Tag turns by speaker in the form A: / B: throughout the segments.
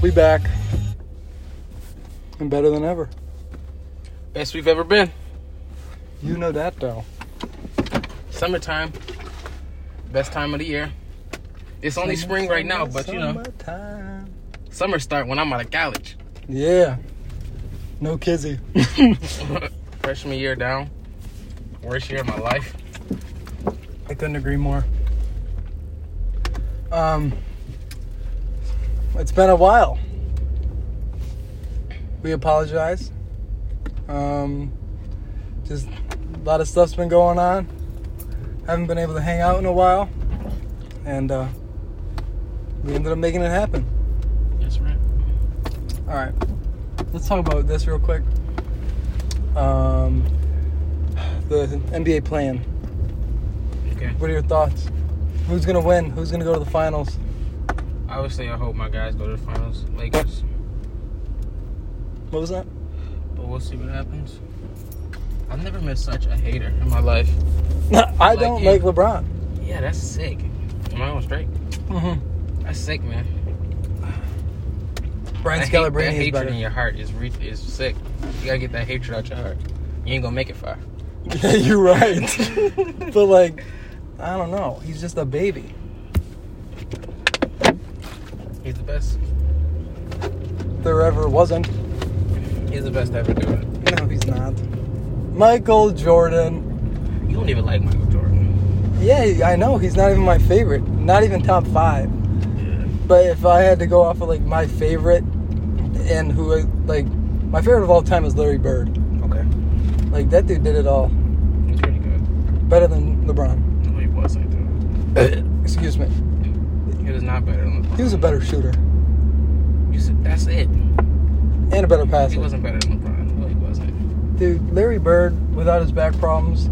A: we back and better than ever.
B: Best we've ever been.
A: You know that though.
B: Summertime. Best time of the year. It's only spring right now, but you know,
A: Summertime.
B: summer start when I'm out of college.
A: Yeah. No kizzy.
B: Freshman year down. Worst year of my life.
A: I couldn't agree more. Um, it's been a while. We apologize. Um, just a lot of stuff's been going on. Haven't been able to hang out in a while, and uh, we ended up making it happen.
B: That's right.
A: All right, let's talk about this real quick. Um, the NBA plan.
B: Okay.
A: What are your thoughts? Who's gonna win? Who's gonna go to the finals?
B: Obviously, I hope my guys go to the finals, Lakers.
A: What was that?
B: But we'll see what happens. I've never met such a hater in my life.
A: I don't
B: you.
A: like LeBron.
B: Yeah, that's sick. Am I on straight?
A: Mm-hmm.
B: That's sick, man.
A: Brian
B: That hate- that
A: Scalabrine is
B: hatred
A: better.
B: in your heart is re- is sick. You gotta get that hatred out your heart. You ain't gonna make it far.
A: yeah, you're right. but like, I don't know. He's just a baby.
B: He's the best.
A: If there ever wasn't.
B: He's the best to ever do it.
A: No, he's not. Michael Jordan.
B: You don't even like Michael Jordan.
A: Yeah, I know he's not even my favorite. Not even top five. But if I had to go off of like my favorite, and who like my favorite of all time is Larry Bird.
B: Okay.
A: Like that dude did it all
B: He's pretty good.
A: better than LeBron.
B: No, he wasn't. Though.
A: Excuse me.
B: He was not better than LeBron.
A: He was a better shooter
B: You said that's it.
A: and a better passer.
B: He wasn't better than LeBron. No, he wasn't.
A: Dude, Larry Bird without his back problems,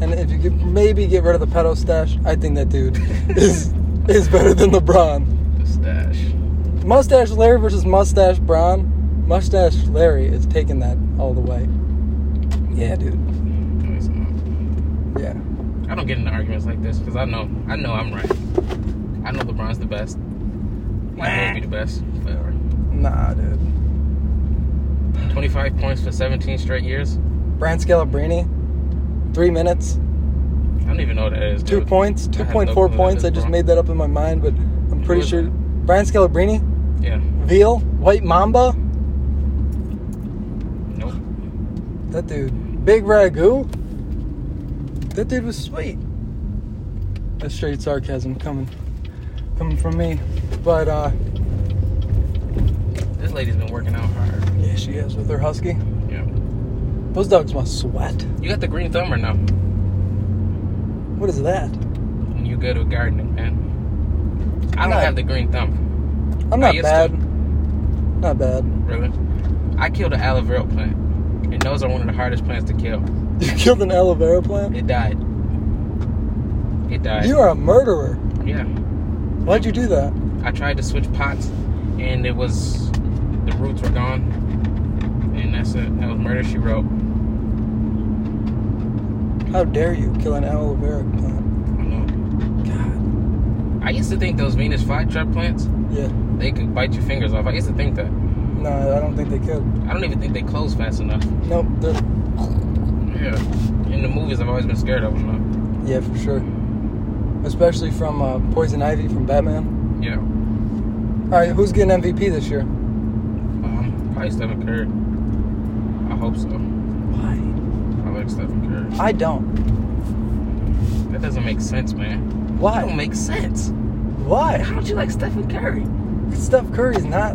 A: and if you could maybe get rid of the pedo stash, I think that dude is is better than LeBron.
B: The stash.
A: Mustache Larry versus Mustache Braun. Mustache Larry is taking that all the way. Yeah, dude.
B: No, he's not.
A: Yeah.
B: I don't get into arguments like this because I know I know I'm right. I know LeBron's the best. He will be the best forever.
A: Nah, dude.
B: 25 points for 17 straight years.
A: Brian Scalabrine, three minutes,
B: I don't even know what that is.
A: two
B: dude.
A: points,
B: I
A: two
B: have no
A: point
B: clue
A: four
B: what that
A: points.
B: is,
A: I just
B: bro.
A: made that up in my mind, but I'm pretty
B: is
A: sure
B: that?
A: Brian Scalabrine,
B: Yeah.
A: Veal, White Mamba.
B: Nope.
A: That dude, Big Ragu. That dude was sweet. That's straight sarcasm coming, coming from me. But uh,
B: This lady's been working out hard.
A: yeah, she is with her husky.
B: Yeah.
A: Those dogs must sweat.
B: You got the green thumb or no?
A: What is that?
B: When you go to gardening, man. I don't
A: Right.
B: have the green thumb.
A: I'm
B: I
A: not
B: used
A: bad.
B: to.
A: Not bad.
B: Really? I killed an aloe vera plant. And those are one of the hardest plants to kill.
A: You killed an aloe vera plant.
B: It died. It died.
A: You are a murderer.
B: yeah.
A: Why'd you do that?
B: I tried to switch pots and it was the roots were gone. And that's it. That was murder she wrote.
A: How dare you kill an aloe vera plant?
B: I don't know.
A: God.
B: I used to think those Venus flytrap plants,
A: Yeah.
B: they could bite your fingers off. I used to think that.
A: No, I don't think they could.
B: I don't even think they close fast enough.
A: Nope. They're,
B: Yeah. In the movies, I've always been scared of them.
A: yeah, for sure. Especially from uh, Poison Ivy from Batman.
B: Though. Yeah.
A: All right, who's getting MVP this year?
B: Um, probably Stephen Curry. I hope so.
A: Why?
B: I like Stephen Curry.
A: I don't.
B: That doesn't make sense, man. That don't
A: Why?
B: make sense.
A: Why?
B: How don't you like Stephen Curry?
A: Steph Curry's not.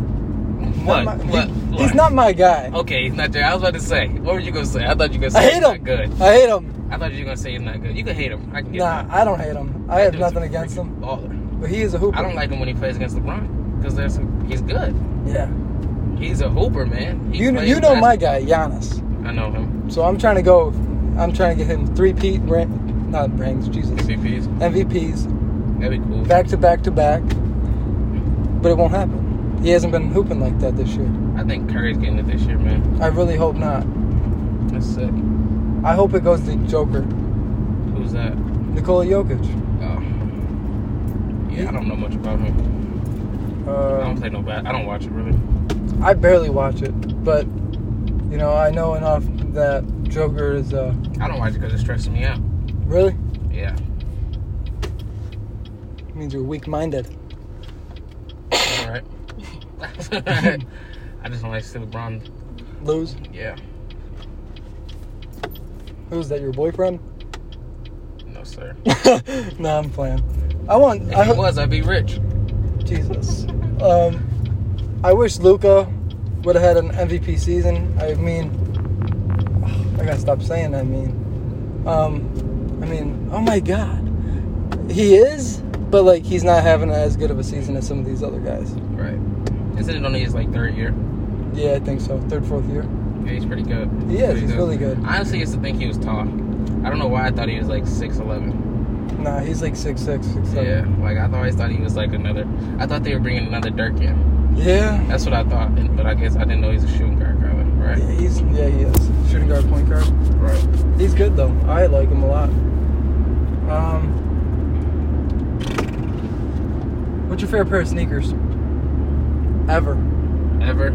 A: not
B: What?
A: my-
B: what?
A: he-
B: what?
A: He's not my guy.
B: Okay, he's not there. I was about to say. What were you gonna say? I thought you were gonna
A: I hate
B: say he's
A: him.
B: Oh, not good.
A: I hate him.
B: I thought you were gonna say he's not good. You can hate him. I can get
A: Nah,
B: that.
A: I don't hate him. I
B: That
A: have
B: dude's a
A: nothing against
B: freaking
A: him.
B: Baller.
A: But he is a hooper.
B: I don't like him when he plays against LeBron because there's he's good.
A: Yeah.
B: He's a hooper, man. He
A: You kn-
B: plays
A: you know my
B: basketball.
A: guy, Giannis.
B: I know him.
A: So I'm trying to go. I'm trying to get him three Pete ring, not rings. Jesus.
B: MVPs.
A: MVPs
B: That'd be cool.
A: back to back to back. But it won't happen. He hasn't been hooping like that this year.
B: I think Curry's getting it this year, man.
A: I really hope not.
B: That's sick.
A: I hope it goes to Joker,
B: Who's that?
A: Nikola Jokic.
B: Oh. Yeah, I don't know much about him.
A: Uh,
B: I don't play no bad. I don't watch it really.
A: I barely watch it, but you know, I know enough that Joker is uh
B: I don't watch it because it stresses me out.
A: really
B: Yeah.
A: means you're weak-minded.
B: All right. I just don't like to see LeBron.
A: Lose,
B: Yeah.
A: who's that? Your boyfriend?
B: No sir.
A: no, I'm playing. I want.
B: If
A: I
B: he
A: hope,
B: was, I'd be rich.
A: Jesus. Um, I wish Luca would have had an MVP season. I mean, I gotta stop saying. I mean, um, I mean, oh my God, he is, but like he's not having as good of a season as some of these other guys.
B: Right. Isn't it only his like third year?
A: Yeah, I think so. Third, fourth year.
B: Yeah, he's pretty good.
A: He is.
B: Pretty
A: He's
B: good.
A: really good.
B: I honestly used to think he was tall. I don't know why I thought he was like six eleven.
A: Nah, he's like six six, six
B: Yeah.
A: seven.
B: Like I always thought he was like another. I thought they were bringing another Dirk in.
A: Yeah.
B: That's what I thought. and- But I guess I didn't know he's a shooting guard, Carly.
A: Yeah.
B: Right.
A: He's yeah he is shooting guard, point guard.
B: Right.
A: He's good though. I like him a lot. Um, what's your favorite pair of sneakers? Ever?
B: ever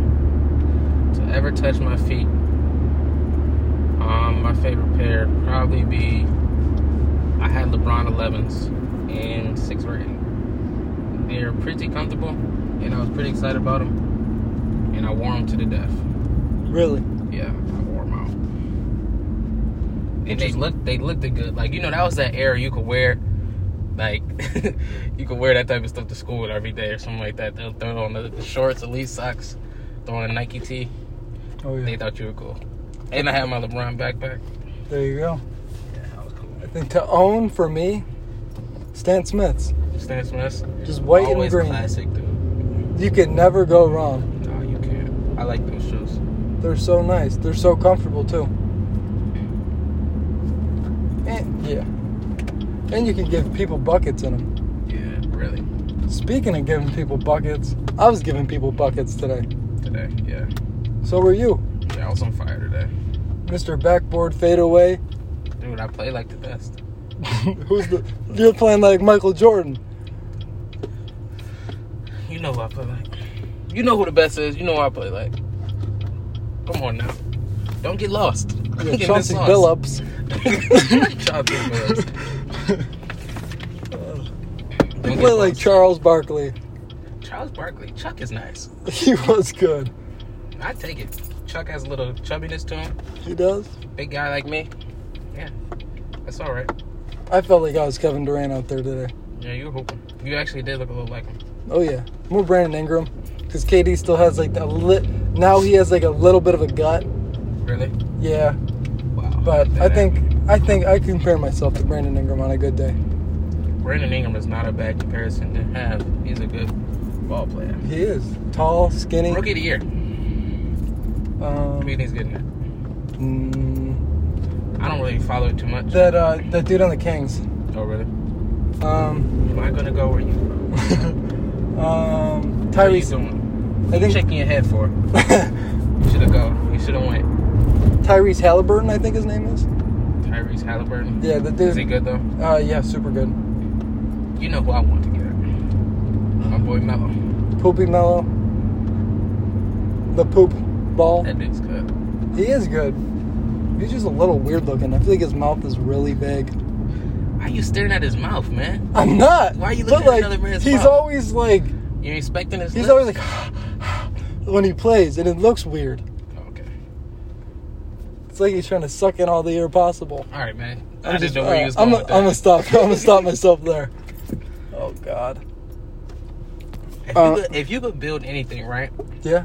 B: to ever touch my feet. Um, my favorite pair probably be I had LeBron 11s in sixth grade. They're pretty comfortable, and I was pretty excited about them. And I wore them to the death.
A: Really?
B: Yeah, I wore them out. And they
A: Interesting.
B: looked they looked good. Like you know that was that era you could wear. Like you could wear that type of stuff to school every day or something like that. They'll throw on the, the shorts, the least socks, throw on a Nike tee.
A: Oh
B: They
A: yeah.
B: thought you were cool. And I had my LeBron backpack.
A: There you go.
B: Yeah, I was cool.
A: I think to own for me, Stan Smiths.
B: Stan Smith.
A: Just white
B: Always
A: and green.
B: classic, dude.
A: You can never go wrong.
B: No, you can't. I like those shoes.
A: They're so nice. They're so comfortable too. And yeah. And you can give people buckets in them.
B: Yeah, really.
A: Speaking of giving people buckets, I was giving people buckets today.
B: Today, yeah.
A: So were you,
B: Yeah, I was on fire today.
A: Mr. Backboard Fadeaway.
B: Dude, I play like the best.
A: Who's the? You're playing like Michael Jordan.
B: You know who I play like. You know who the best is. You know who I play like. Come on now. Don't get lost.
A: You're
B: Get in
A: Chauncey
B: the sauce.
A: Billups.
B: Chauncey Billups. Don't
A: You
B: get
A: play like
B: lost.
A: Charles Barkley.
B: Charles Barkley. Chuck is nice.
A: He was good.
B: I take it. Chuck has a little chubbiness to him.
A: He does.
B: Big guy like me. Yeah. That's all right.
A: I felt like I was Kevin Durant out there today.
B: Yeah, you were hooping. You actually did look a little like him.
A: Oh yeah, more Brandon Ingram, because KD still has like a lit. Now he has like a little bit of a gut.
B: Really?
A: Yeah,
B: Wow.
A: but I
B: That-
A: think I think I compare myself to Brandon Ingram on a good day.
B: Brandon Ingram is not a bad comparison to have. He's a good ball player.
A: He is tall, skinny.
B: Rookie of the year. Who do you
A: Um,
B: think's getting it?
A: mm,
B: I don't really follow it too much.
A: that uh, that dude on the Kings.
B: oh really?
A: Um,
B: Am I gonna go where you?
A: um,
B: What are you
A: Tyrese.
B: doing?
A: I
B: What you
A: think
B: shaking your head for? You should have go. You should have went.
A: Tyrese Halliburton, I think his name is.
B: Tyrese Halliburton.
A: Yeah, the
B: Is he
A: dude.
B: good though?
A: Uh, yeah, super good.
B: You know who I want to get. My boy Melo.
A: Poopy Mellow. The poop ball.
B: That dude's good.
A: He is good. He's just a little weird looking. I feel like his mouth is really big.
B: Why you staring at his mouth, man?
A: I'm not.
B: Why are you
A: but,
B: looking at
A: like,
B: another man's
A: He's
B: mouth?
A: always like,
B: You expecting his?
A: he's
B: lips?
A: always like, when he plays, and it looks weird.
B: Oh, Okay.
A: It's like he's trying to suck in all the air possible.
B: All right, man. I
A: I'm
B: didn't
A: just,
B: know where
A: uh,
B: you was
A: I'm
B: going with that.
A: gonna stop. I'm gonna stop myself there. Oh God.
B: If,
A: uh,
B: you could, if you could build anything, right?
A: Yeah.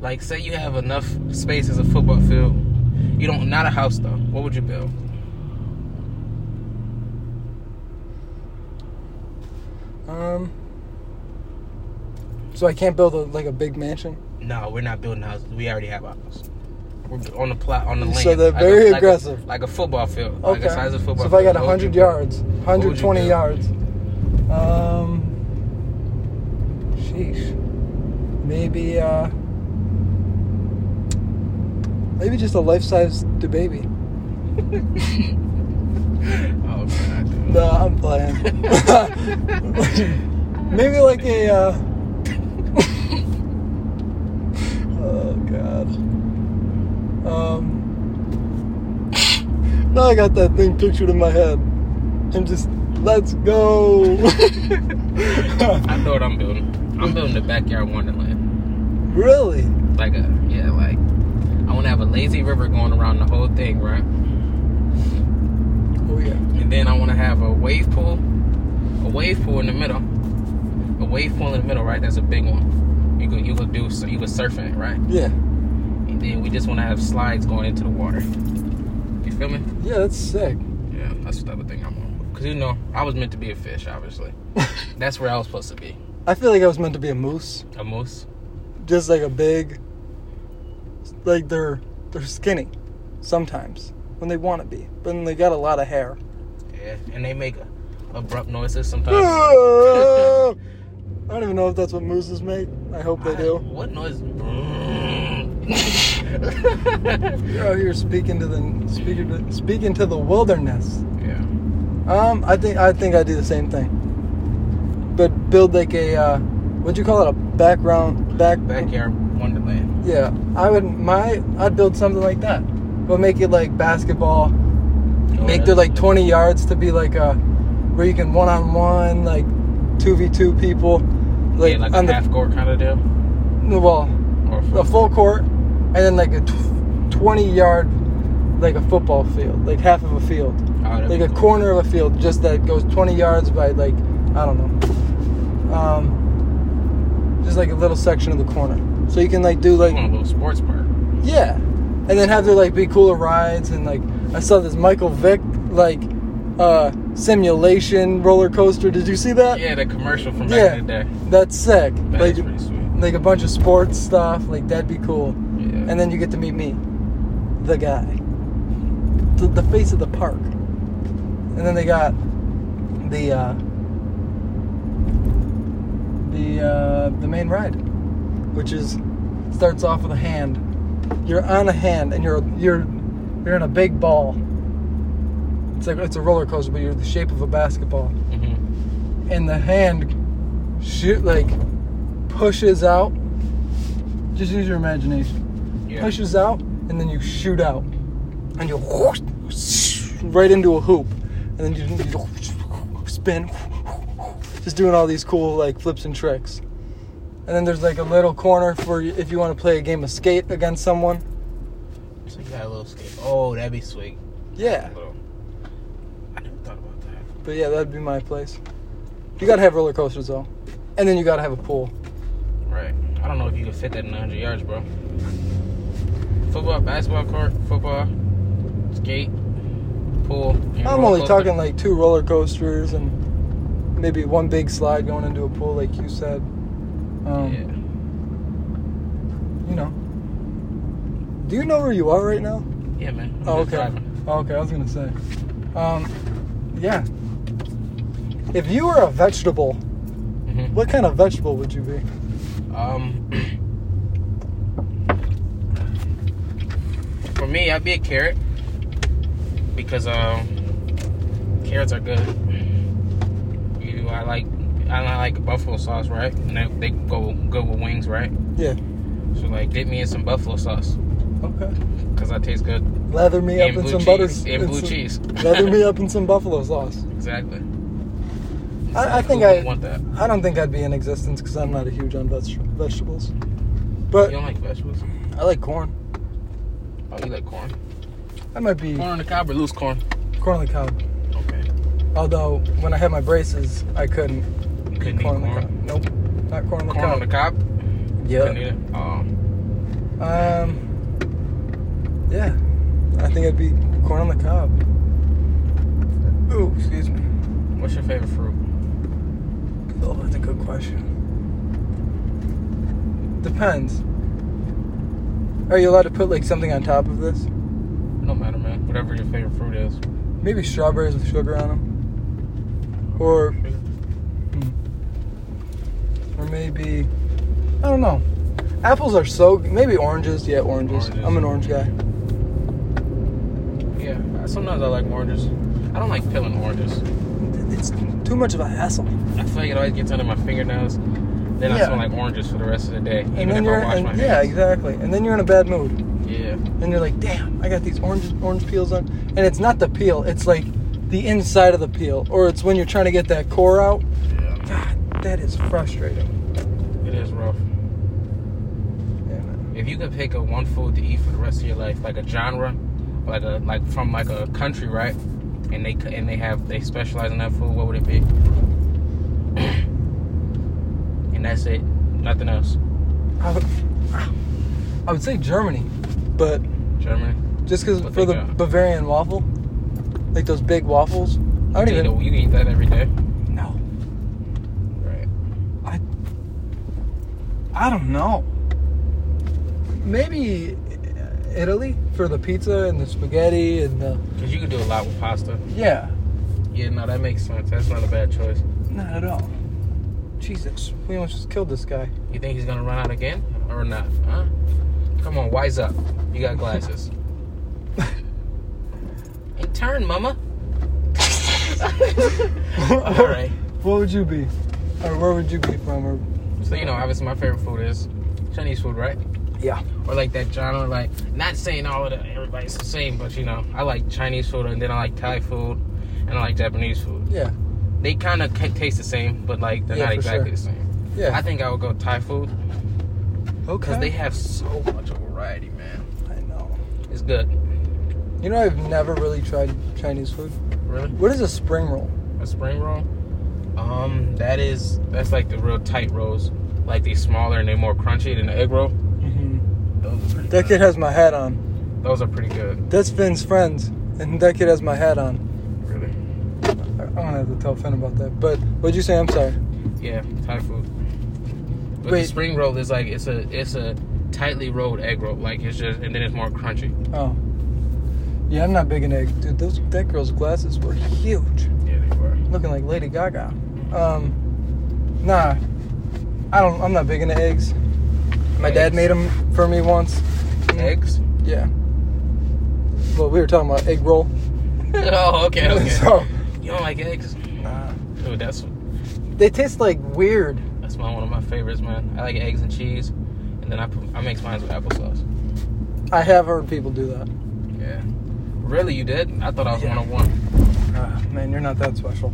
B: Like, say you have enough space as a football field. You don't, not a house though. What would you build?
A: Um. So I can't build a, like a big mansion.
B: No, we're not building houses. We already have houses. We're on the plot, on the land.
A: So they're
B: a-
A: very
B: like a-
A: aggressive.
B: like a football field. Like
A: Okay.
B: a size of football.
A: so if I
B: field.
A: got
B: What would
A: 100
B: you build?
A: yards,
B: would you
A: 120
B: do?
A: yards. Um. Sheesh. Maybe. uh Maybe just a life-size baby.
B: Oh god, dude.
A: No, I'm playing. Maybe like a. Uh... oh God. Um. Now I got that thing pictured in my head. I'm just let's go.
B: I know what I'm building. I'm building a backyard wonderland.
A: really?
B: Like a yeah, like I want to have a lazy river going around the whole thing, right?
A: Oh yeah.
B: And then I want to have a wave pool, a wave pool in the middle, a wave pool in the middle, right? That's a big one. You could you could do so you could surf in it, right?
A: Yeah.
B: And then we just want to have slides going into the water. You feel me?
A: Yeah, that's sick.
B: Yeah, that's the type of thing I'm on. Cause you know I was meant to be a fish, obviously. that's where I was supposed to be,
A: I feel like I was meant to be a moose,
B: a moose.
A: just like a big. Like they're they're skinny, sometimes when they want to be, but then they got a lot of hair.
B: Yeah, and they make abrupt noises sometimes.
A: I don't even know if that's what mooses make. I hope they
B: I-
A: do.
B: What noise?
A: You're out here speaking to the speaking to, speaking to the wilderness.
B: yeah.
A: Um, I think I think I do the same thing, but build like a uh, what'd you call it? A background back
B: Backyard wonderland.
A: Yeah, I would my I'd build something like that, but make it like basketball.
B: Oh,
A: Make there like 20 yards to be like a where you can one on one like two v two people,
B: Like,
A: like,
B: yeah, like
A: on
B: a half court kind of deal.
A: the well
B: Or
A: a full court, and then like a tw- 20 yard like a football field, like half of a field,
B: Oh,
A: like a corner of a field, just that goes 20 yards by like I don't know, um, just like a little section of the corner. So you can like do like
B: Like a little sports park.
A: yeah, and then have there like be cooler rides and like I saw this Michael Vick like uh simulation roller coaster. Did you see that?
B: Yeah, the commercial from back
A: Yeah.
B: in the day.
A: That's sick.
B: That
A: like
B: is pretty sweet.
A: like a bunch of sports stuff. Like that'd be cool.
B: Yeah.
A: And then you get to meet me, the guy, the, the face of the park. And then they got the uh, the uh, the main ride, which is starts off with a hand. You're on a hand, and you're you're you're in a big ball. It's like it's a roller coaster, but you're the shape of a basketball
B: Mhm.
A: and the hand shoot like pushes out. Just use your imagination.
B: Yeah.
A: Pushes out, and then you shoot out, and you whoosh, right into a hoop, and then you, you spin, just doing all these cool like flips and tricks. And then there's like a little corner for you- if you want to play a game of skate against someone.
B: So you got a little skate. Oh, that'd be sweet.
A: Yeah,
B: Little. I never thought about that.
A: but yeah, that'd be my place. You gotta have roller coasters though, and then you gotta have a pool.
B: Right. I don't know if you can fit that in 100 yards, bro. Football, basketball court, football, skate, pool. and
A: I'm
B: roller
A: only
B: coaster.
A: talking like two roller coasters and maybe one big slide going into a pool, like you said. Um, You know. Do you know where you are right now?
B: yeah. Yeah, man. I'm
A: Oh,
B: just
A: okay.
B: driving.
A: Oh, okay, I was gonna say. Um, yeah. If you were a vegetable,
B: Mhm.
A: what kind of vegetable would you be?
B: Um, for me, I'd be a carrot because um, carrots are good. You, I like, I li- like buffalo sauce, right? And they, they go good with wings, right?
A: Yeah.
B: So like, get me in some buffalo sauce
A: Okay.
B: because that tastes good.
A: Leather me
B: And
A: up in
B: blue
A: some
B: cheese.
A: butter.
B: And
A: in
B: blue
A: some-
B: cheese.
A: leather me up in some buffalo sauce.
B: Exactly.
A: I, I think
B: Who
A: I.
B: wouldn't want that.
A: I don't think I'd be in existence because I'm not a huge on veg- vegetables. But
B: you don't like vegetables?
A: I like corn.
B: Oh, you like corn?
A: I might be
B: Corn on the cob or loose corn?
A: corn on the cob.
B: Okay.
A: Although when I had my braces, I couldn't.
B: You couldn't eat
A: corn
B: corn.
A: on the cob. Nope, not corn on the
B: Corn on
A: cob.
B: the cob? Couldn't eat
A: yeah.
B: it. Oh.
A: Um. Yeah, I think I'd be corn on the cob. Ooh, excuse me.
B: What's your favorite fruit?
A: Oh, that's a good question. Depends. Are you allowed to put like something on top of this?
B: No matter, man. Whatever your favorite fruit is.
A: Maybe strawberries with sugar on them, or hmm. or maybe I don't know. Apples are so maybe oranges. Yeah, oranges.
B: Oranges.
A: I'm an orange guy.
B: Yeah. Sometimes I like oranges. I don't like peeling oranges.
A: it's too much of a hassle.
B: I feel like it always gets under my fingernails. Then I
A: Yeah.
B: smell like oranges for the rest of the day,
A: And
B: even
A: then
B: if
A: you're
B: I wash
A: and-
B: my hands.
A: yeah, exactly. And then you're in a bad mood.
B: Yeah.
A: And you're like, damn, I got these orange orange peels on, and it's not the peel, it's like the inside of the peel, or it's when you're trying to get that core out.
B: yeah.
A: God, that is frustrating.
B: It is rough.
A: Yeah, man.
B: If you could pick up one food to eat for the rest of your life, like a genre, like a like from like a country, right? And they c- and they have they specialize in that food. What would it be? and that's it. Nothing else.
A: uh, I would, I would say Germany, but
B: Germany.
A: just because
B: What
A: for
B: they
A: the
B: got?
A: Bavarian waffle, like those big waffles, I don't
B: you
A: even.
B: know, you eat that every day.
A: No,
B: Right.
A: I don't know. Maybe uh, Italy for the pizza and the spaghetti and the
B: Cause you could do a lot with pasta.
A: yeah,
B: Yeah. No, that makes sense. That's not a bad choice.
A: not at all. Jesus, we almost just killed this guy.
B: You think he's gonna run out again or not? Huh? Come on, wise up. You got glasses. In turn, mama. All right.
A: What would you be, or where would you be from? Or
B: So you know, obviously, my favorite food is Chinese food, right?
A: yeah,
B: Or like that genre, like not saying all of the everybody's the same, but you know, I like Chinese food, and then I like Thai food, and I like Japanese food.
A: yeah,
B: They kind of taste the same, but like they're
A: Yeah,
B: not
A: for
B: exactly
A: sure.
B: the same. I
A: yeah.
B: think I would go Thai food because
A: okay.
B: they have so much of a variety, man.
A: I know.
B: It's good.
A: You know, I've never really tried Chinese food.
B: Really.
A: What is a spring roll?
B: a spring roll. Um, that is that's like the real tight rolls. Like they smaller and they're more crunchy than the egg roll.
A: Mm-hmm.
B: Those are pretty
A: That kid
B: good.
A: has my hat on.
B: Those are pretty good,
A: That's Finn's friends, and that kid has my hat on.
B: really.
A: I don't have to tell Finn about that. But what'd you say? I'm sorry.
B: Yeah, Thai food. But
A: Wait.
B: the spring roll is like it's a it's a tightly rolled egg roll. Like it's just and then it's more crunchy.
A: Oh. Yeah, I'm not big into eggs. Dude, those that girl's glasses were huge.
B: Yeah, they were.
A: Looking like Lady Gaga. Um Nah. I don't I'm not big into eggs. My dad
B: Eggs?
A: made them for me once.
B: Eggs.
A: Yeah. Well, we were talking about egg roll.
B: oh, okay, okay.
A: so,
B: you don't like eggs?
A: nah.
B: Dude, that's
A: They taste like weird.
B: that's my one of my favorites, man. I like eggs and cheese, and then I put, I mix mine with applesauce.
A: I have heard people do that.
B: Yeah. Really, you did? I thought I was
A: Yeah.
B: one on one.
A: Ah, man, you're not that special.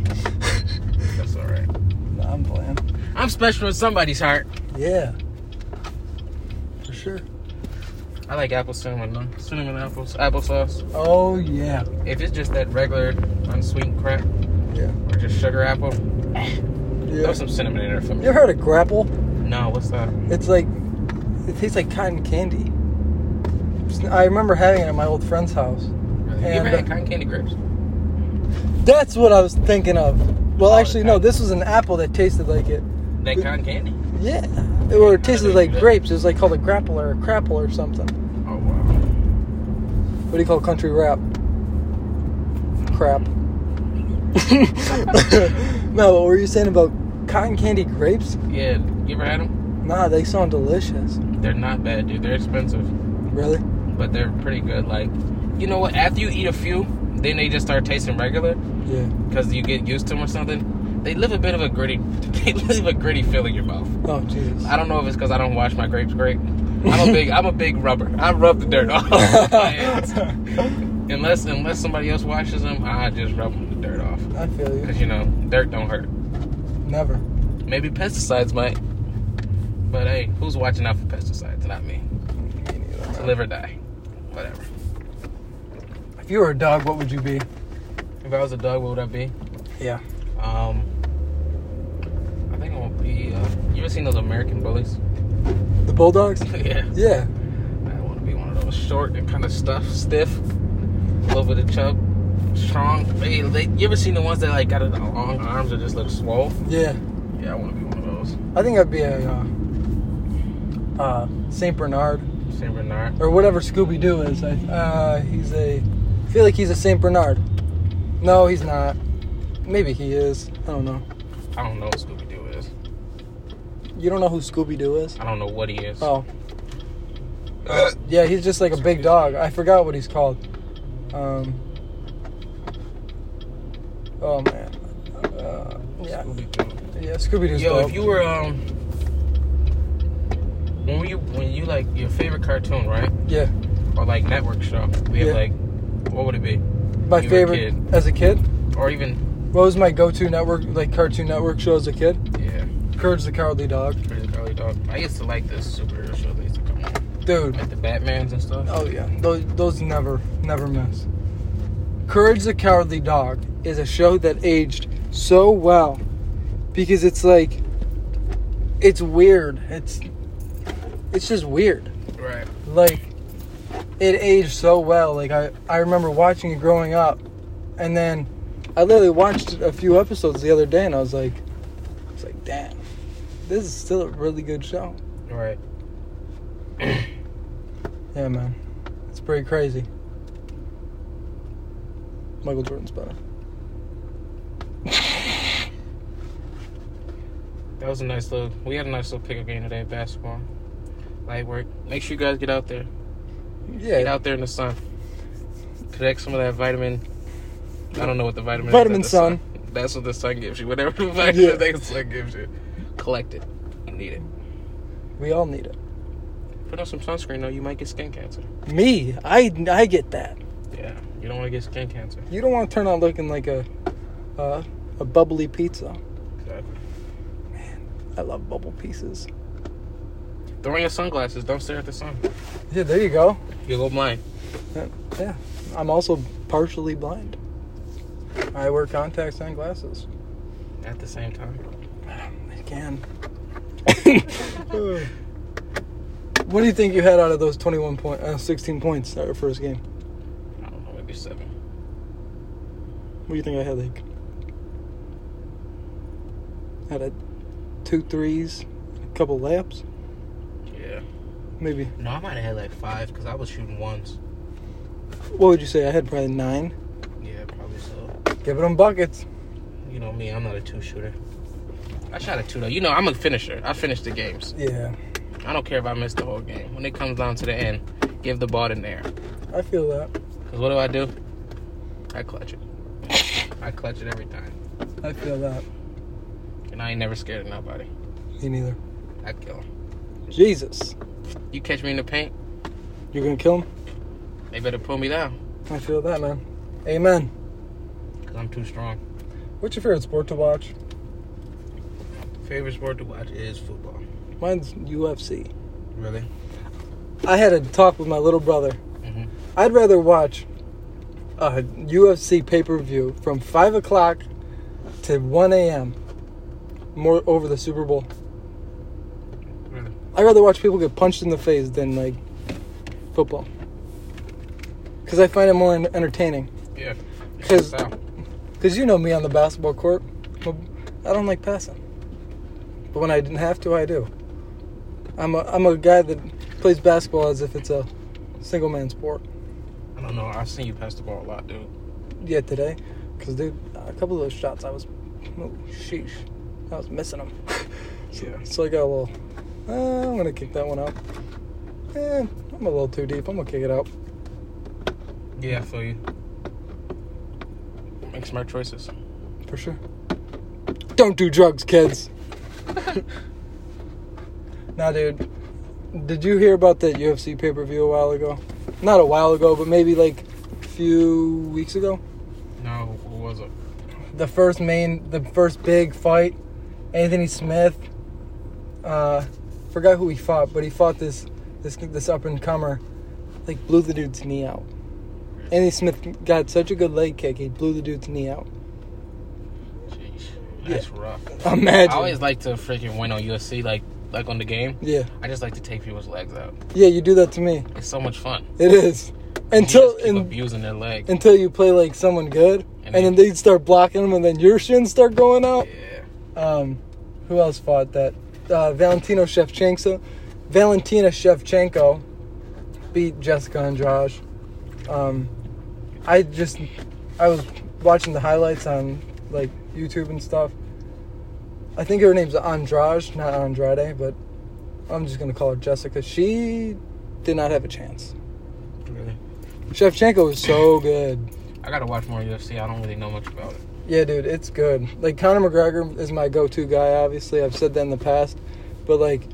B: That's all right.
A: Nah, I'm playing.
B: I'm special in somebody's heart.
A: Yeah. For sure.
B: I like apple cinnamon, though. Cinnamon apples, applesauce.
A: Oh yeah.
B: If it's just that regular unsweetened crap,
A: Yeah.
B: or just sugar apple,
A: Yeah.
B: throw some cinnamon in there for
A: You
B: me.
A: ever heard of grapple?
B: No, what's that?
A: It's like it tastes like cotton candy. It's- I remember having it at my old friend's house.
B: you ever
A: And, uh,
B: had cotton candy grapes?
A: That's what I was thinking of. Well,
B: Oh,
A: actually, no.
B: okay.
A: This was an apple that tasted like it.
B: That cotton candy?
A: Yeah, it, or it tasted
B: didn't
A: like
B: do that.
A: grapes. It was like called a grapple or a crapple or something.
B: Oh, wow.
A: What do you call country rap? Crap. no, what were you saying about cotton candy grapes?
B: Yeah, you ever had them?
A: Nah, they sound delicious.
B: They're not bad, dude. They're expensive,
A: Really?
B: but they're pretty good. Like, you know what? After you eat a few, then they just start tasting regular
A: Yeah.
B: because you get used to them or something. They leave a bit of a gritty, they leave a gritty feel in your mouth.
A: Oh Jesus.
B: I don't know if it's because I don't wash my grapes great. I'm a big I'm a big rubber. I rub the dirt off my hands. Unless unless somebody else washes them, I just rub the dirt off.
A: I feel you.
B: Cause you know dirt don't hurt.
A: Never.
B: Maybe pesticides might, but hey, who's watching out for pesticides? Not me.
A: Me neither.
B: To live or die, whatever.
A: If you were a dog, what would you be?
B: If I was a dog, what would I be?
A: Yeah.
B: Um, I think I would be. Uh, you ever seen those American bullies?
A: The bulldogs?
B: yeah.
A: Yeah.
B: I want to be one of those short and kind of stuff, stiff, a little bit of chub, strong. Hey, they, you ever seen the ones that like got the long arms that just look swole?
A: Yeah.
B: Yeah, I want to be one of those.
A: I think I'd be a uh, uh, Saint Bernard
B: Saint Bernard.
A: or whatever Scooby Doo is. I, uh, he's a. I feel like he's a Saint Bernard. No, he's not. Maybe he is. I don't know.
B: I don't know what Scooby Doo is.
A: You don't know who Scooby Doo is?
B: I don't know what he is.
A: Oh. Yeah, he's just like a big dog. I forgot what he's called. Um. Oh man. that.
B: Scooby-Doo.
A: Yeah, Scooby Doo's
B: Yo,
A: dope.
B: if you were um, when were you when you like your favorite cartoon, right?
A: yeah,
B: Or like network show? We have
A: Yeah.
B: like, what would it be?
A: my
B: you were a
A: favorite
B: kid.
A: as a kid.
B: Or even
A: What was my go-to network like Cartoon Network show as a kid?
B: yeah,
A: Courage the Cowardly Dog,
B: pretty early dog. I used to like the superhero show that used to come on,
A: dude.
B: like the Batman's and stuff.
A: Oh yeah, those those never never miss. Courage the Cowardly Dog is a show that aged so well because it's like it's weird. It's it's just weird.
B: Right.
A: like it aged so well like i i remember watching it growing up and then i literally watched a few episodes the other day and i was like i was like damn this is still a really good show
B: Right.
A: yeah man it's pretty crazy michael jordan's better
B: That was a nice little. We had a nice little pickup game today, basketball. Light work. Make sure you guys get out there. Get
A: yeah
B: out there in the sun. Collect some of that vitamin. I don't know what the vitamin. is
A: Vitamin
B: that the
A: sun.
B: That's what the sun gives you. Whatever the vitamin
A: Yeah.
B: that the sun gives you, collect it. You need it.
A: we all need it
B: Put on some sunscreen though. You might get skin cancer.
A: me i i get that
B: Yeah. You don't want to get skin cancer.
A: you don't want to turn out looking like a uh, a bubbly pizza
B: Exactly.
A: i love bubble pieces
B: Throw on your sunglasses. Don't stare at the sun.
A: yeah there you go
B: You'll go blind.
A: Yeah, I'm also partially blind. I wear contacts and glasses.
B: At the same time.
A: I can. what do you think you had out of those 21 point, uh, 16 points at your first game?
B: I don't know. Maybe seven.
A: What do you think I had like? Had a two threes, a couple layups,
B: Yeah.
A: maybe.
B: No, I might have had like five because I was shooting ones.
A: What would you say? I had probably nine.
B: Yeah, probably so.
A: Giving them buckets.
B: You know me, I'm not a two shooter. I shot a two though. You know, I'm a finisher. I finish the games.
A: Yeah,
B: I don't care if I miss the whole game. When it comes down to the end, give the ball to Nair.
A: I feel that.
B: Cause what do I do? I clutch it. I clutch it every time,
A: I feel that.
B: and I ain't never scared of nobody.
A: Me neither.
B: I kill 'em.
A: Jesus,
B: You catch me in the paint,
A: you're gonna kill him.
B: they better pull me down,
A: I feel that, man. Amen.
B: cause I'm too strong.
A: What's your favorite sport to watch?
B: Favorite sport to watch is football.
A: Mine's UFC.
B: Really?
A: I had a talk with my little brother.
B: Mhm.
A: I'd rather watch a UFC pay per view from 5 o'clock to 1 a.m. more over the Super Bowl.
B: Really?
A: I'd rather watch people get punched in the face than like football. Because I find it more en- entertaining.
B: Yeah.
A: Cause-
B: So,
A: Because you know me on the basketball court. Well, I don't like passing. But when I didn't have to, I do. I'm a, I'm a guy that plays basketball as if it's a single man sport.
B: I don't know. I've seen you pass the ball a lot, dude.
A: Yeah, today. Because, dude, a couple of those shots, I was. Oh, sheesh. I was missing them.
B: Yeah.
A: So I got a little. Uh, I'm going to kick that one out. Eh, I'm a little too deep. I'm going to kick it out.
B: Yeah, I feel you. Make smart choices.
A: For sure. Don't do drugs, kids. nah, dude. Did you hear about that UFC pay per view a while ago? Not a while ago, but maybe like a few weeks ago.
B: No, what was it?
A: The first main, the first big fight, Anthony Smith. Uh, forgot who he fought, but he fought this this this up and comer. Like blew the dude's knee out. Anthony Smith got such a good leg kick, he blew the dude's knee out.
B: Jeez, that's rough. I
A: Imagine.
B: always like to freaking win on UFC, like like on the game.
A: yeah,
B: I just like to take people's legs out.
A: yeah, you do that to me.
B: It's so much fun.
A: It is.
B: You
A: Until
B: just keep
A: and,
B: abusing their legs.
A: until you play like someone good, and,
B: And then-
A: then they start blocking them, and then your shins start going out.
B: yeah,
A: Um, who else fought that? Uh, Valentino Shevchenko. Valentina Shevchenko beat Jessica Andrade. Um, I just I was watching the highlights on like YouTube and stuff. I think her name's Andrade, not Andrade, but I'm just gonna call her Jessica. She did not have a chance.
B: really.
A: Shevchenko was so good.
B: I gotta watch more UFC. I don't really know much about it.
A: Yeah, dude, it's good. Like Conor McGregor is my go-to guy. Obviously, I've said that in the past, but like,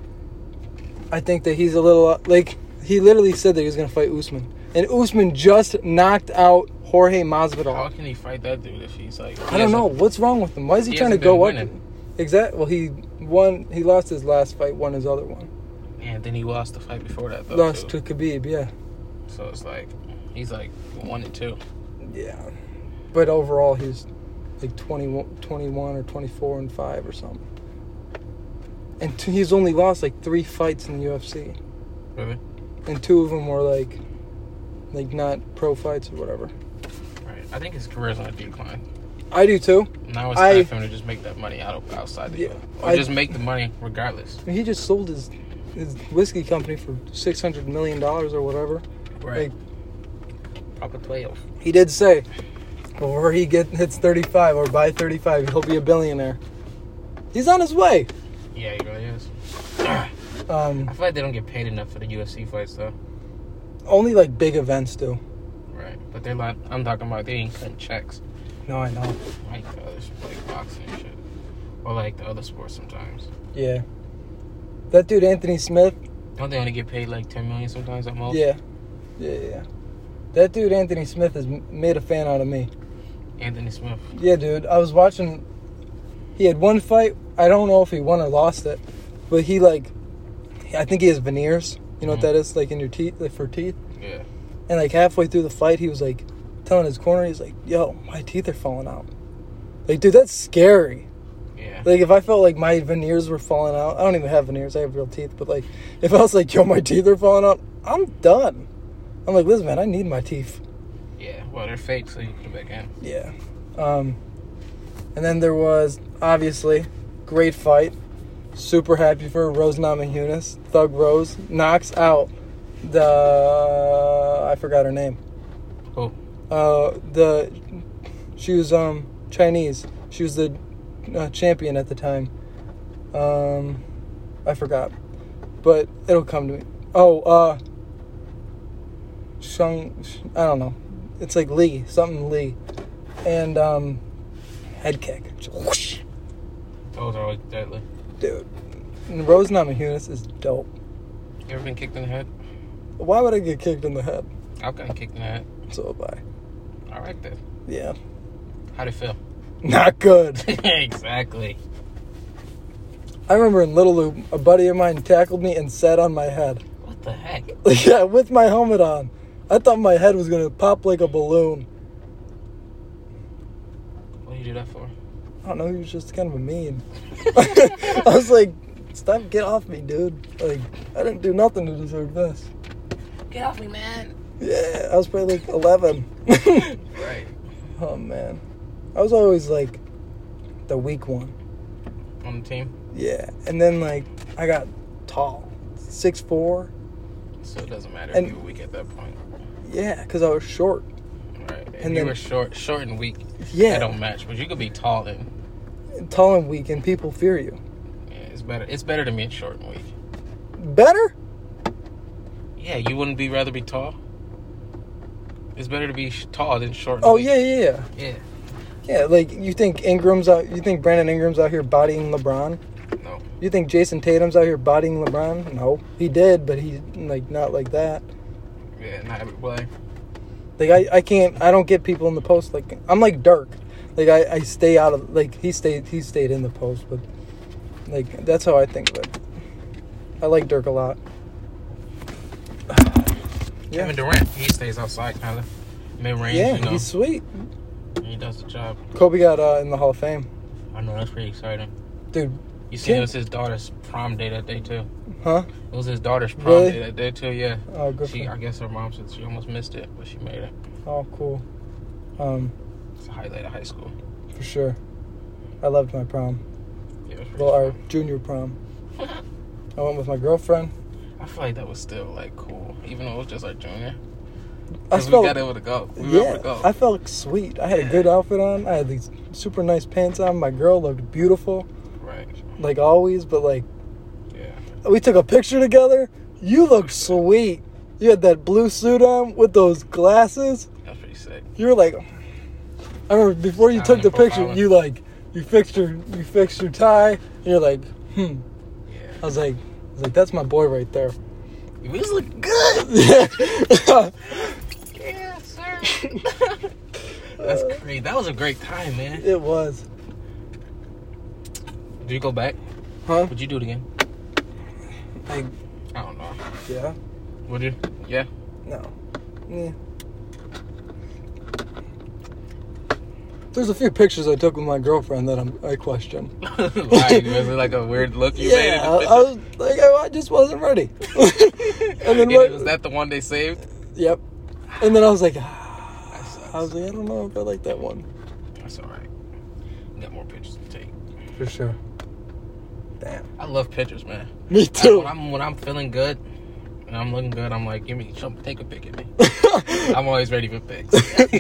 A: I think that he's a little like he literally said that he was gonna fight Usman, and Usman just knocked out Jorge
B: How
A: Masvidal.
B: can he fight that dude if he's like?
A: I don't know what's wrong with him. Why is he,
B: He
A: trying to
B: hasn't been
A: go up?
B: winning.
A: Exactly. Well, he won. He lost his last fight. Won his other one.
B: And then he lost the fight before that. Though,
A: lost
B: too.
A: to Khabib. Yeah.
B: So it's like he's like one and two.
A: Yeah. But overall, he's like 21, 21 or 24 and 5 or something. And t- he's only lost like three fights in the UFC.
B: Really?
A: And two of them were like, like not pro fights or whatever.
B: Right. I think his career's on a decline.
A: I do too.
B: Now it's
A: I-
B: time for him to just make that money out of, outside the
A: Yeah,
B: U.S. Or
A: I-
B: just make the money regardless.
A: I mean, he just sold his, his whiskey company for $600 million or whatever.
B: Right. Proper 12.
A: He did say, before he get, hits 35 or by 35, he'll be a billionaire. He's on his way.
B: Yeah, he really is.
A: Um,
B: I feel like they don't get paid enough for the UFC fights though.
A: only like big events do.
B: Right. But they're not. I'm talking about they ain't cutting checks.
A: No, I know.
B: Like the other sh- like boxing and shit, or like the other sports sometimes.
A: Yeah. That dude Anthony Smith.
B: Don't they only get paid like 10 million sometimes at most?
A: Yeah. Yeah, yeah. yeah. That dude Anthony Smith has m- made a fan out of me.
B: Anthony Smith.
A: Yeah, dude. I was watching. He had one fight. I don't know if he won or lost it, but he like, I think he has veneers. You know
B: Mhm.
A: what that is? Like in your teeth, like for teeth.
B: Yeah.
A: And like halfway through the fight, he was like, telling his corner, he's like, "Yo, my teeth are falling out." Like, dude, that's scary.
B: Yeah.
A: Like if I felt like my veneers were falling out, I don't even have veneers. I have real teeth. But like if I was like, yo, my teeth are falling out, I'm done. I'm like, listen, man, I need my teeth.
B: Yeah. Well, they're fake, so you put them back in.
A: Yeah. Um, and then there was obviously great fight. Super happy for Rose Namajunas. Thug Rose knocks out the I forgot her name.
B: Who?
A: Uh, the she was um Chinese. She was the uh, champion at the time. Um, I forgot, but it'll come to me. Oh, uh, Shung, I don't know. It's like Lee, something Lee, and um, head kick, Just whoosh,
B: Those are always deadly.
A: dude. And Rose Namajunas is dope.
B: You ever been kicked in the head?
A: Why would I get kicked in the head?
B: I've gotten kicked in the head.
A: So have I.
B: I like that.
A: Yeah,
B: How'd it feel?
A: not good.
B: exactly.
A: I remember in Little Loop, a buddy of mine tackled me and sat on my head.
B: What the heck?
A: yeah, with my helmet on. I thought my head was gonna pop like a balloon.
B: What do you do that for?
A: I don't know, he was just kind of a mean. I was like, stop, get off me, dude. Like, I didn't do nothing to deserve this.
B: Get off me, man.
A: Yeah, I was probably like 11.
B: Right.
A: oh, man. I was always like the weak one.
B: On the team,
A: Yeah. And then, like, I got tall. six four.
B: so it doesn't matter
A: And-
B: if you were weak at that point.
A: Yeah, because I was short.
B: Right. If
A: And
B: you
A: then-
B: were short, short and weak. They
A: Yeah.
B: don't match, but you could be tall and
A: Tall and weak, and people fear you.
B: yeah, it's better. It's better to be short and weak.
A: Better?
B: Yeah, you wouldn't be rather be tall. It's better to be sh- tall than short. And
A: Oh,
B: weak.
A: yeah, yeah, yeah.
B: Yeah.
A: Yeah, like you think Ingram's out. You think Brandon Ingram's out here bodying LeBron?
B: No.
A: You think Jason Tatum's out here bodying LeBron? No, he did, but he like not like that.
B: Yeah. Not every play.
A: Like I, I can't. I don't get people in the post. Like I'm like Dirk. Like I, I stay out of. Like he stayed. He stayed in the post, but like that's how I think of it. I like Dirk a lot. Yeah.
B: Kevin Durant, he stays outside kind of mid range.
A: yeah,
B: you know,
A: he's sweet.
B: he does the job.
A: Kobe got uh, in the Hall of Fame,
B: I know that's pretty exciting.
A: dude.
B: You see,
A: Yeah.
B: it was his daughter's prom day that day too.
A: Huh?
B: It was his daughter's prom
A: Really?
B: day that day too. Yeah.
A: Oh, good.
B: She,
A: for-
B: I guess her mom said she almost missed it, but she made it.
A: oh, cool. Um,
B: It's a highlight of high school.
A: for sure. I loved my prom.
B: Yeah, it was pretty
A: Well, our
B: fun.
A: junior prom. I went with my girlfriend.
B: I feel like that was still like cool, even though it was just our junior.
A: I
B: Because we
A: felt
B: got able to go. We were able
A: yeah,
B: to go.
A: I felt sweet. I had a good outfit on. I had these super nice pants on. My girl looked beautiful,
B: right.
A: like always. But like,
B: Yeah.
A: we took a picture together. You looked sweet. You had that blue suit on with those glasses.
B: That's pretty sick.
A: You were like, I remember before you took
B: Styling
A: the picture,
B: profiling.
A: you like you fixed your you fixed your tie, and you're like, hmm. I
B: Yeah.
A: was like, I was like, that's my boy right there.
B: You just look good. Yeah, sir. That's great. That was a great time, man.
A: it was,
B: Did you go back?
A: huh?
B: Would you do it again?
A: Like,
B: I don't know.
A: yeah,
B: Would you? Yeah.
A: no, yeah. There's a few pictures I took with my girlfriend that I'm, I question.
B: Why? Was it like a weird look you made? In
A: yeah, I,
B: the
A: I was like, I, I just wasn't ready.
B: picture?
A: and then
B: Yeah,
A: what-
B: was that the one they saved?
A: Yep. And then I was like, ah,
B: That sucks.
A: I was like, I don't know if I like that one.
B: That's all right. We got more pictures to take.
A: For sure. Damn.
B: I love pictures, man.
A: Me
B: I-
A: too.
B: when I'm when I'm feeling good and I'm looking good, I'm like, give me jump, take a pic at me. I'm always ready for pics.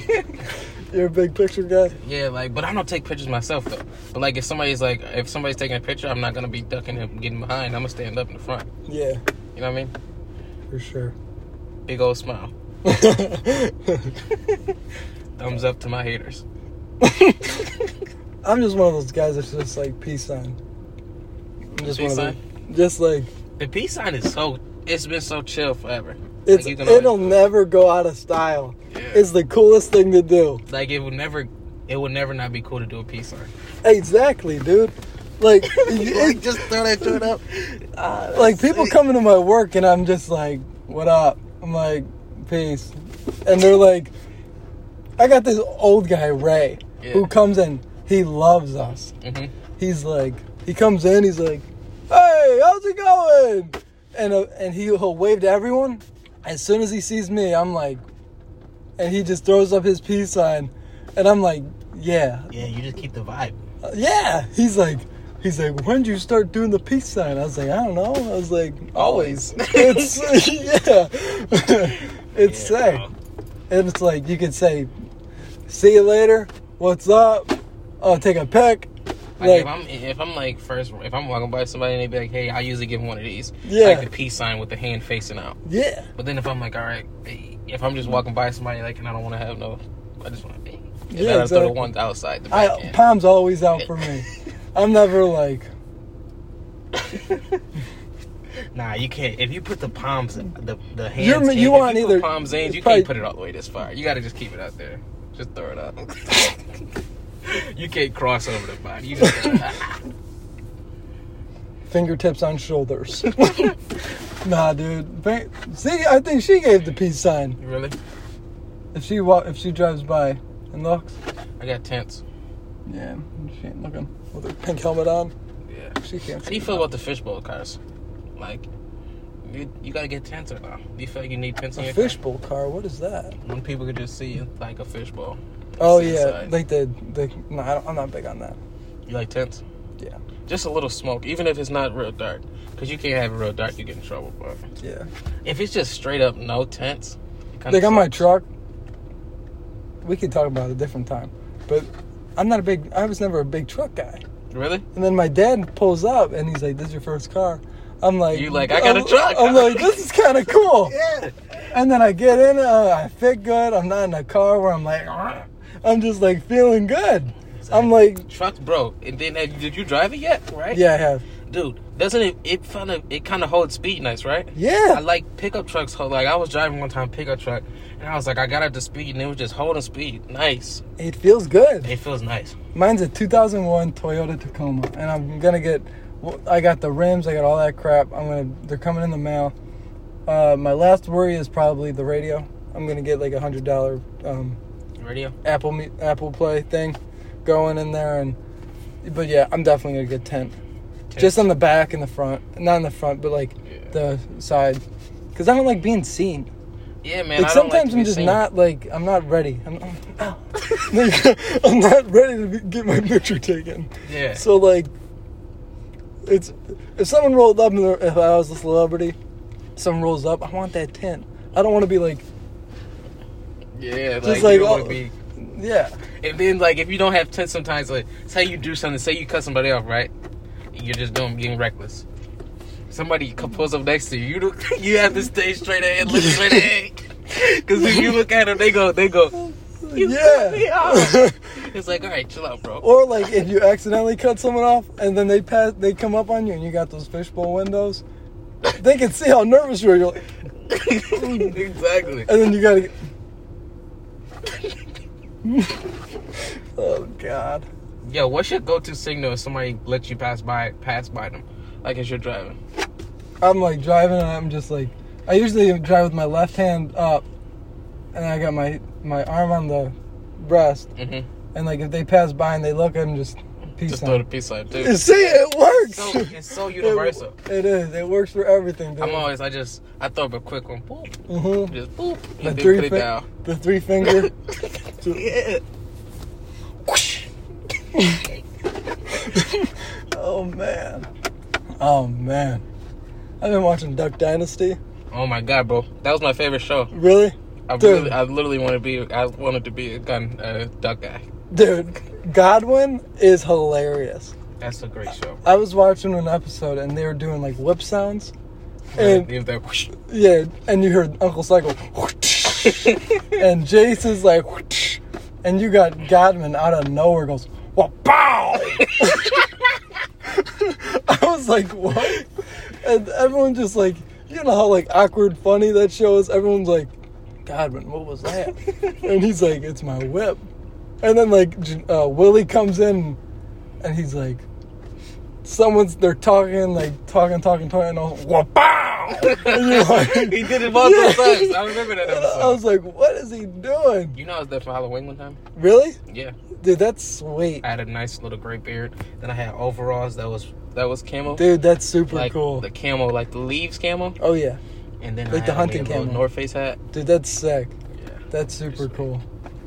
A: You're a big picture guy.
B: yeah, like, but I don't take pictures myself though. But like, if somebody's like, if somebody's taking a picture, I'm not gonna be ducking and getting behind. I'm gonna stand up in the front.
A: Yeah,
B: You know what I mean?
A: for sure.
B: Big old smile,
A: I'm
B: thumbs up to my haters.
A: just one of those guys that's just like peace sign. I'm just
B: Peace
A: one of those. Just like
B: The peace sign is so. It's been so chill forever.
A: it's
B: you can
A: it'll never go out of style.
B: Yeah.
A: It's the coolest thing to do.
B: Like it would never, it would never not be cool to do a peace sign.
A: Exactly, dude. Like it-
B: just throw that joint up.
A: like people coming to my work and I'm just like, "What up?" I'm like, "Peace," and they're like, "I got this old guy Ray
B: Yeah.
A: who comes in. He loves us.
B: hmm
A: He's like, he comes in. He's like, "Hey, how's it going?" And uh, and he, he'll wave to everyone. As soon as he sees me, I'm like, and he just throws up his peace sign, and I'm like, "Yeah,
B: Yeah, you just keep the vibe.
A: uh, yeah. He's like, he's like, when did you start doing the peace sign? I was like, I don't know. I was like, always. it's yeah. it's
B: Yeah,
A: safe. And it's like you could say, see you later. What's up? Oh, take a pic.
B: Like,
A: Like,
B: if I'm if I'm like first if I'm walking by somebody and they be like, hey, I usually give 'em one of these.
A: Yeah.
B: Like the peace sign with the hand facing out.
A: yeah,
B: But then if I'm like, all right, hey, if I'm just walking by somebody like and I don't want to have no, I just want to be.
A: Yeah,
B: Yeah, throw the
A: exactly.
B: ones outside the back
A: I
B: end.
A: palms always out for me. I'm never like,
B: Nah, you can't. If you put the palms, the the hands,
A: You're- you
B: in- if
A: want
B: put
A: either-
B: palms in.
A: it's
B: You
A: probably-
B: can't put it all the way this far. You got to just keep it out there. Just throw it up. you can't cross over the body. You just gotta-
A: fingertips on shoulders. nah, dude. Fin- See, I think she gave the peace sign.
B: really?
A: If she wa- if she drives by and looks,
B: I got tense.
A: Yeah, she ain't looking with her pink helmet on.
B: Yeah.
A: She can't.
B: How do you feel about the fishbowl cars? Like, you, you gotta get tents or not? Do you feel like you need tents in
A: a
B: your
A: fishbowl car? What is that?
B: Car? When people could just see you, like a fishbowl.
A: Oh
B: see
A: yeah,
B: inside.
A: like the the. No, I don't, I'm not big on that.
B: You like tents?
A: Yeah,
B: Just a little smoke, even if it's not real dark. Because you can't have it real dark, you get in trouble. But
A: yeah.
B: if it's just straight up no tents, it kinda
A: Like on my
B: sucks.
A: truck. We could talk about it a different time, but I'm not a big. I was never a big truck guy.
B: Really?
A: And then my dad pulls up and he's like, "This is your first car." I'm like,
B: You like, "I got a
A: I'm-
B: truck."
A: I'm like, "This is kind of cool."
B: Yeah.
A: And then I get in, uh, I fit good. I'm not in a car where I'm like, "Argh." I'm just like feeling good. I'm like,
B: Truck broke. And then, have, did you drive it yet? Right?
A: yeah, I have.
B: Dude, doesn't it, it kind of, it kind of holds speed nice, right?
A: Yeah.
B: I like pickup trucks. hold- Like I was driving one time pickup truck, and I was like, I got up to speed, and it was just holding speed. Nice.
A: It feels good.
B: It feels nice.
A: Mine's a 2001 Toyota Tacoma, and I'm gonna get. I got the rims. I got all that crap. I'm gonna. They're coming in the mail. Uh, my last worry is probably the radio. I'm gonna get like a hundred dollar um,
B: Radio.
A: Apple Me- Apple Play thing going in there, and but yeah, I'm definitely gonna get tent. Just on the back and the front, not in the front, but like
B: Yeah.
A: the side, because I don't like being seen.
B: yeah, man.
A: like
B: I don't
A: sometimes
B: like to be
A: I'm just
B: seen.
A: not like I'm not ready. I'm, I'm, ow. Like, I'm not ready to be- get my picture taken.
B: Yeah.
A: So like, it's if someone rolled up and they're- if I was a celebrity, someone rolls up, I want that tent. I don't want to be like,
B: yeah. Like,
A: just
B: you
A: like,
B: don't wanna
A: oh.
B: be-
A: yeah,
B: And then like if you don't have tent, sometimes like say you do something, say you cut somebody off, right? You're just doing being reckless. Somebody co- pulls up next to you. You do, you have to stay straight ahead, look straight ahead. Because if you look at them, they go, they go. You cut me
A: yeah.
B: off. It's like, all right, chill out, bro.
A: Or like if you accidentally cut someone off and then they pass, they come up on you and you got those fishbowl windows. They can see how nervous you are. You're like,
B: exactly.
A: and then you gotta. Get... oh God.
B: Yo, what's your go-to signal if somebody lets you pass by pass by them, like as you're driving?
A: I'm like driving and I'm just like I usually drive with my left hand up and I got my my arm on the breast
B: Mm-hmm.
A: and like if they pass by and they look I'm just peace
B: Just throw the
A: out.
B: peace sign,
A: You
B: dude.
A: See it works.
B: So, it's so
A: It-
B: universal.
A: it is. It works for everything. Dude.
B: I'm always, I just, I throw up a quick one, boop,
A: Mhm.
B: just boop,
A: The
B: and then
A: three
B: put it
A: fi-
B: down.
A: The three finger.
B: yeah. Whoosh.
A: oh man. Oh man. I've been watching Duck Dynasty.
B: Oh my god, bro, that was my favorite show.
A: Really?
B: I
A: Dude.
B: really, I literally want to be, I wanted to be a gun, uh, duck guy.
A: Dude, Godwin is hilarious.
B: That's a great show.
A: I was watching an episode and they were doing like whip sounds.
B: And,
A: And yeah, and you heard Uncle Cycle and Jace is like and you got Godwin out of nowhere goes, Wow pow I was like, What? And everyone just like you know how like awkward funny that show is? Everyone's like, Godwin, what was that? and he's like, It's my whip. And then like J- uh, Willie comes in and he's like Someone's they're talking, like talking, talking, talking, and all wow! And you're like-
B: he did it multiple
A: Yeah.
B: times. I remember that episode.
A: I was like, what is he doing?
B: you know, I was there for Halloween one time.
A: Really?
B: Yeah,
A: Dude, that's sweet.
B: I had a nice little gray beard. Then I had overalls that was that was camo.
A: Dude, that's super
B: like
A: cool.
B: the camo, like the leaves camo,
A: oh, yeah.
B: and then
A: Like
B: I
A: the
B: had only
A: hunting
B: a little
A: camo.
B: North Face hat.
A: Dude, that's sick.
B: Yeah.
A: That's super
B: Sweet.
A: cool.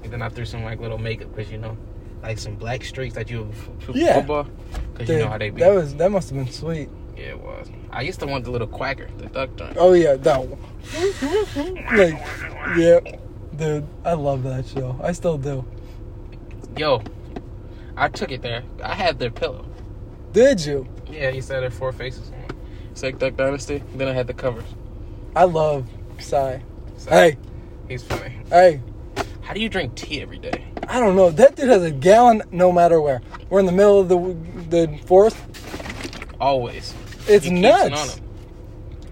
B: And then I threw some like little makeup because you know, like some black streaks that you have for
A: Yeah.
B: football. Because
A: Dude,
B: you know how they be.
A: that was that must have been sweet.
B: yeah, it was. I used to want the little quacker, the duck joint.
A: Oh yeah, that one. like, yeah, dude, I love that show. I still do.
B: Yo, I took it there. I had their pillow.
A: Did you?
B: Yeah, he said there four faces. It's like Duck Dynasty. Then I had the covers.
A: I love Psy.
B: So
A: Hey,
B: he's funny.
A: hey,
B: How do you drink tea every day?
A: I don't know. That dude has a gallon, no matter where. We're in the middle of the the forest.
B: Always.
A: It's
B: He keeps it on
A: nuts.
B: him.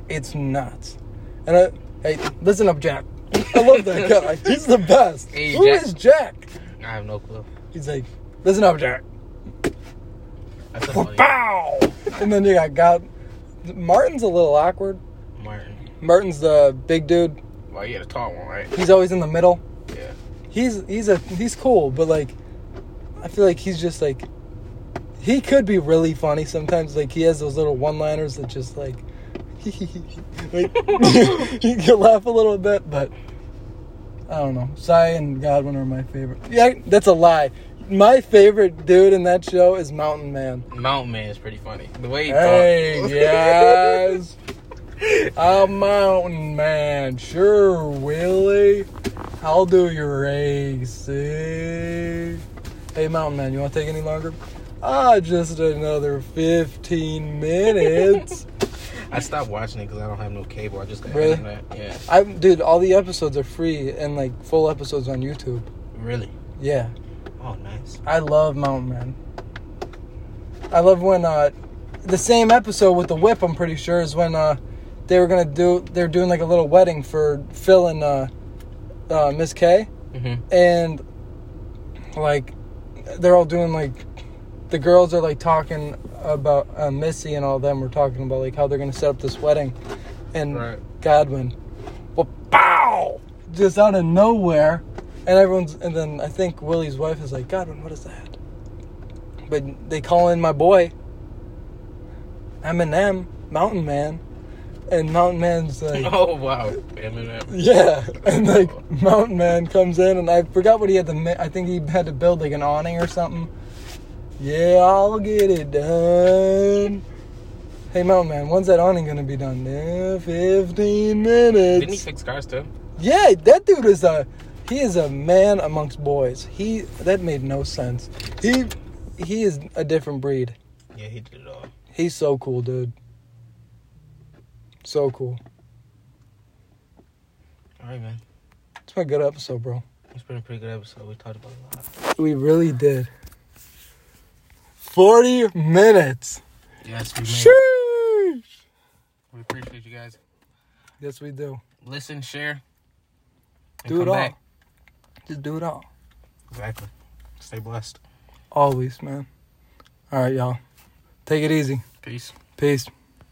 A: It's nuts. And I, hey, listen up, Jack. I love that guy. He's the best. Who
B: Hey,
A: is
B: Jack.
A: Jack.
B: I have no clue.
A: He's like, listen up, Jack.
B: That's a funny
A: Bow. And then you got God. Martin's a little awkward.
B: Martin.
A: Martin's the big dude.
B: Well, you had a tall one, right?
A: He's always in the middle.
B: Yeah.
A: He's he's a he's cool, but like, I feel like he's just like, he could be really funny sometimes. Like he has those little one-liners that just like, like you can laugh a little bit, but I don't know. Sai and Godwin are my favorite. Yeah, that's a lie. My favorite dude in that show is Mountain Man.
B: Mountain Man is pretty funny. The way he
A: Hey,
B: talks.
A: yes. I'm mountain man. Sure, Willie. I'll do your AC. Hey, mountain man, you want to take any longer? Ah, just another 15 minutes.
B: I stopped watching it because I don't have no cable. I just got
A: Really?
B: internet. Yeah.
A: I'm, dude, all the episodes are free and like full episodes on YouTube.
B: Really?
A: Yeah,
B: Oh, nice.
A: I love mountain man. I love when uh, the same episode with the whip. I'm pretty sure is when uh, they were gonna do. They're doing like a little wedding for Phil and uh, uh, Miss K.
B: Mm-hmm.
A: and like they're all doing like the girls are like talking about uh, Missy and all them were talking about like how they're gonna set up this wedding, and
B: Right.
A: Godwin, well, pow, just out of nowhere, and everyone's and then I think Willie's wife is like Godwin, what is that? But they call in my boy, Eminem, Mountain Man, and Mountain Man's like.
B: Oh, wow. Eminem.
A: Yeah, and like Mountain Man comes in, and I forgot what he had to. ma- I think he had to build like an awning or something. Yeah, I'll get it done. Hey, Mountain Man, when's that awning gonna be done? Eh, Fifteen minutes.
B: Didn't he fix cars too?
A: yeah, that dude is a. He is a man amongst boys. He that made no sense. He he is a different breed.
B: Yeah, he did it all.
A: He's so cool, dude. So cool.
B: All right, man.
A: It's been a good episode, bro.
B: It's been a pretty good episode. We talked about a lot.
A: We really did. 40 minutes.
B: Yes, we
A: Sheesh.
B: We appreciate you guys.
A: Yes, we do.
B: Listen, share. and
A: Do it
B: come
A: all.
B: back.
A: Just do it all.
B: Exactly. Stay blessed.
A: Always, man. All right, y'all. Take it easy.
B: Peace.
A: Peace.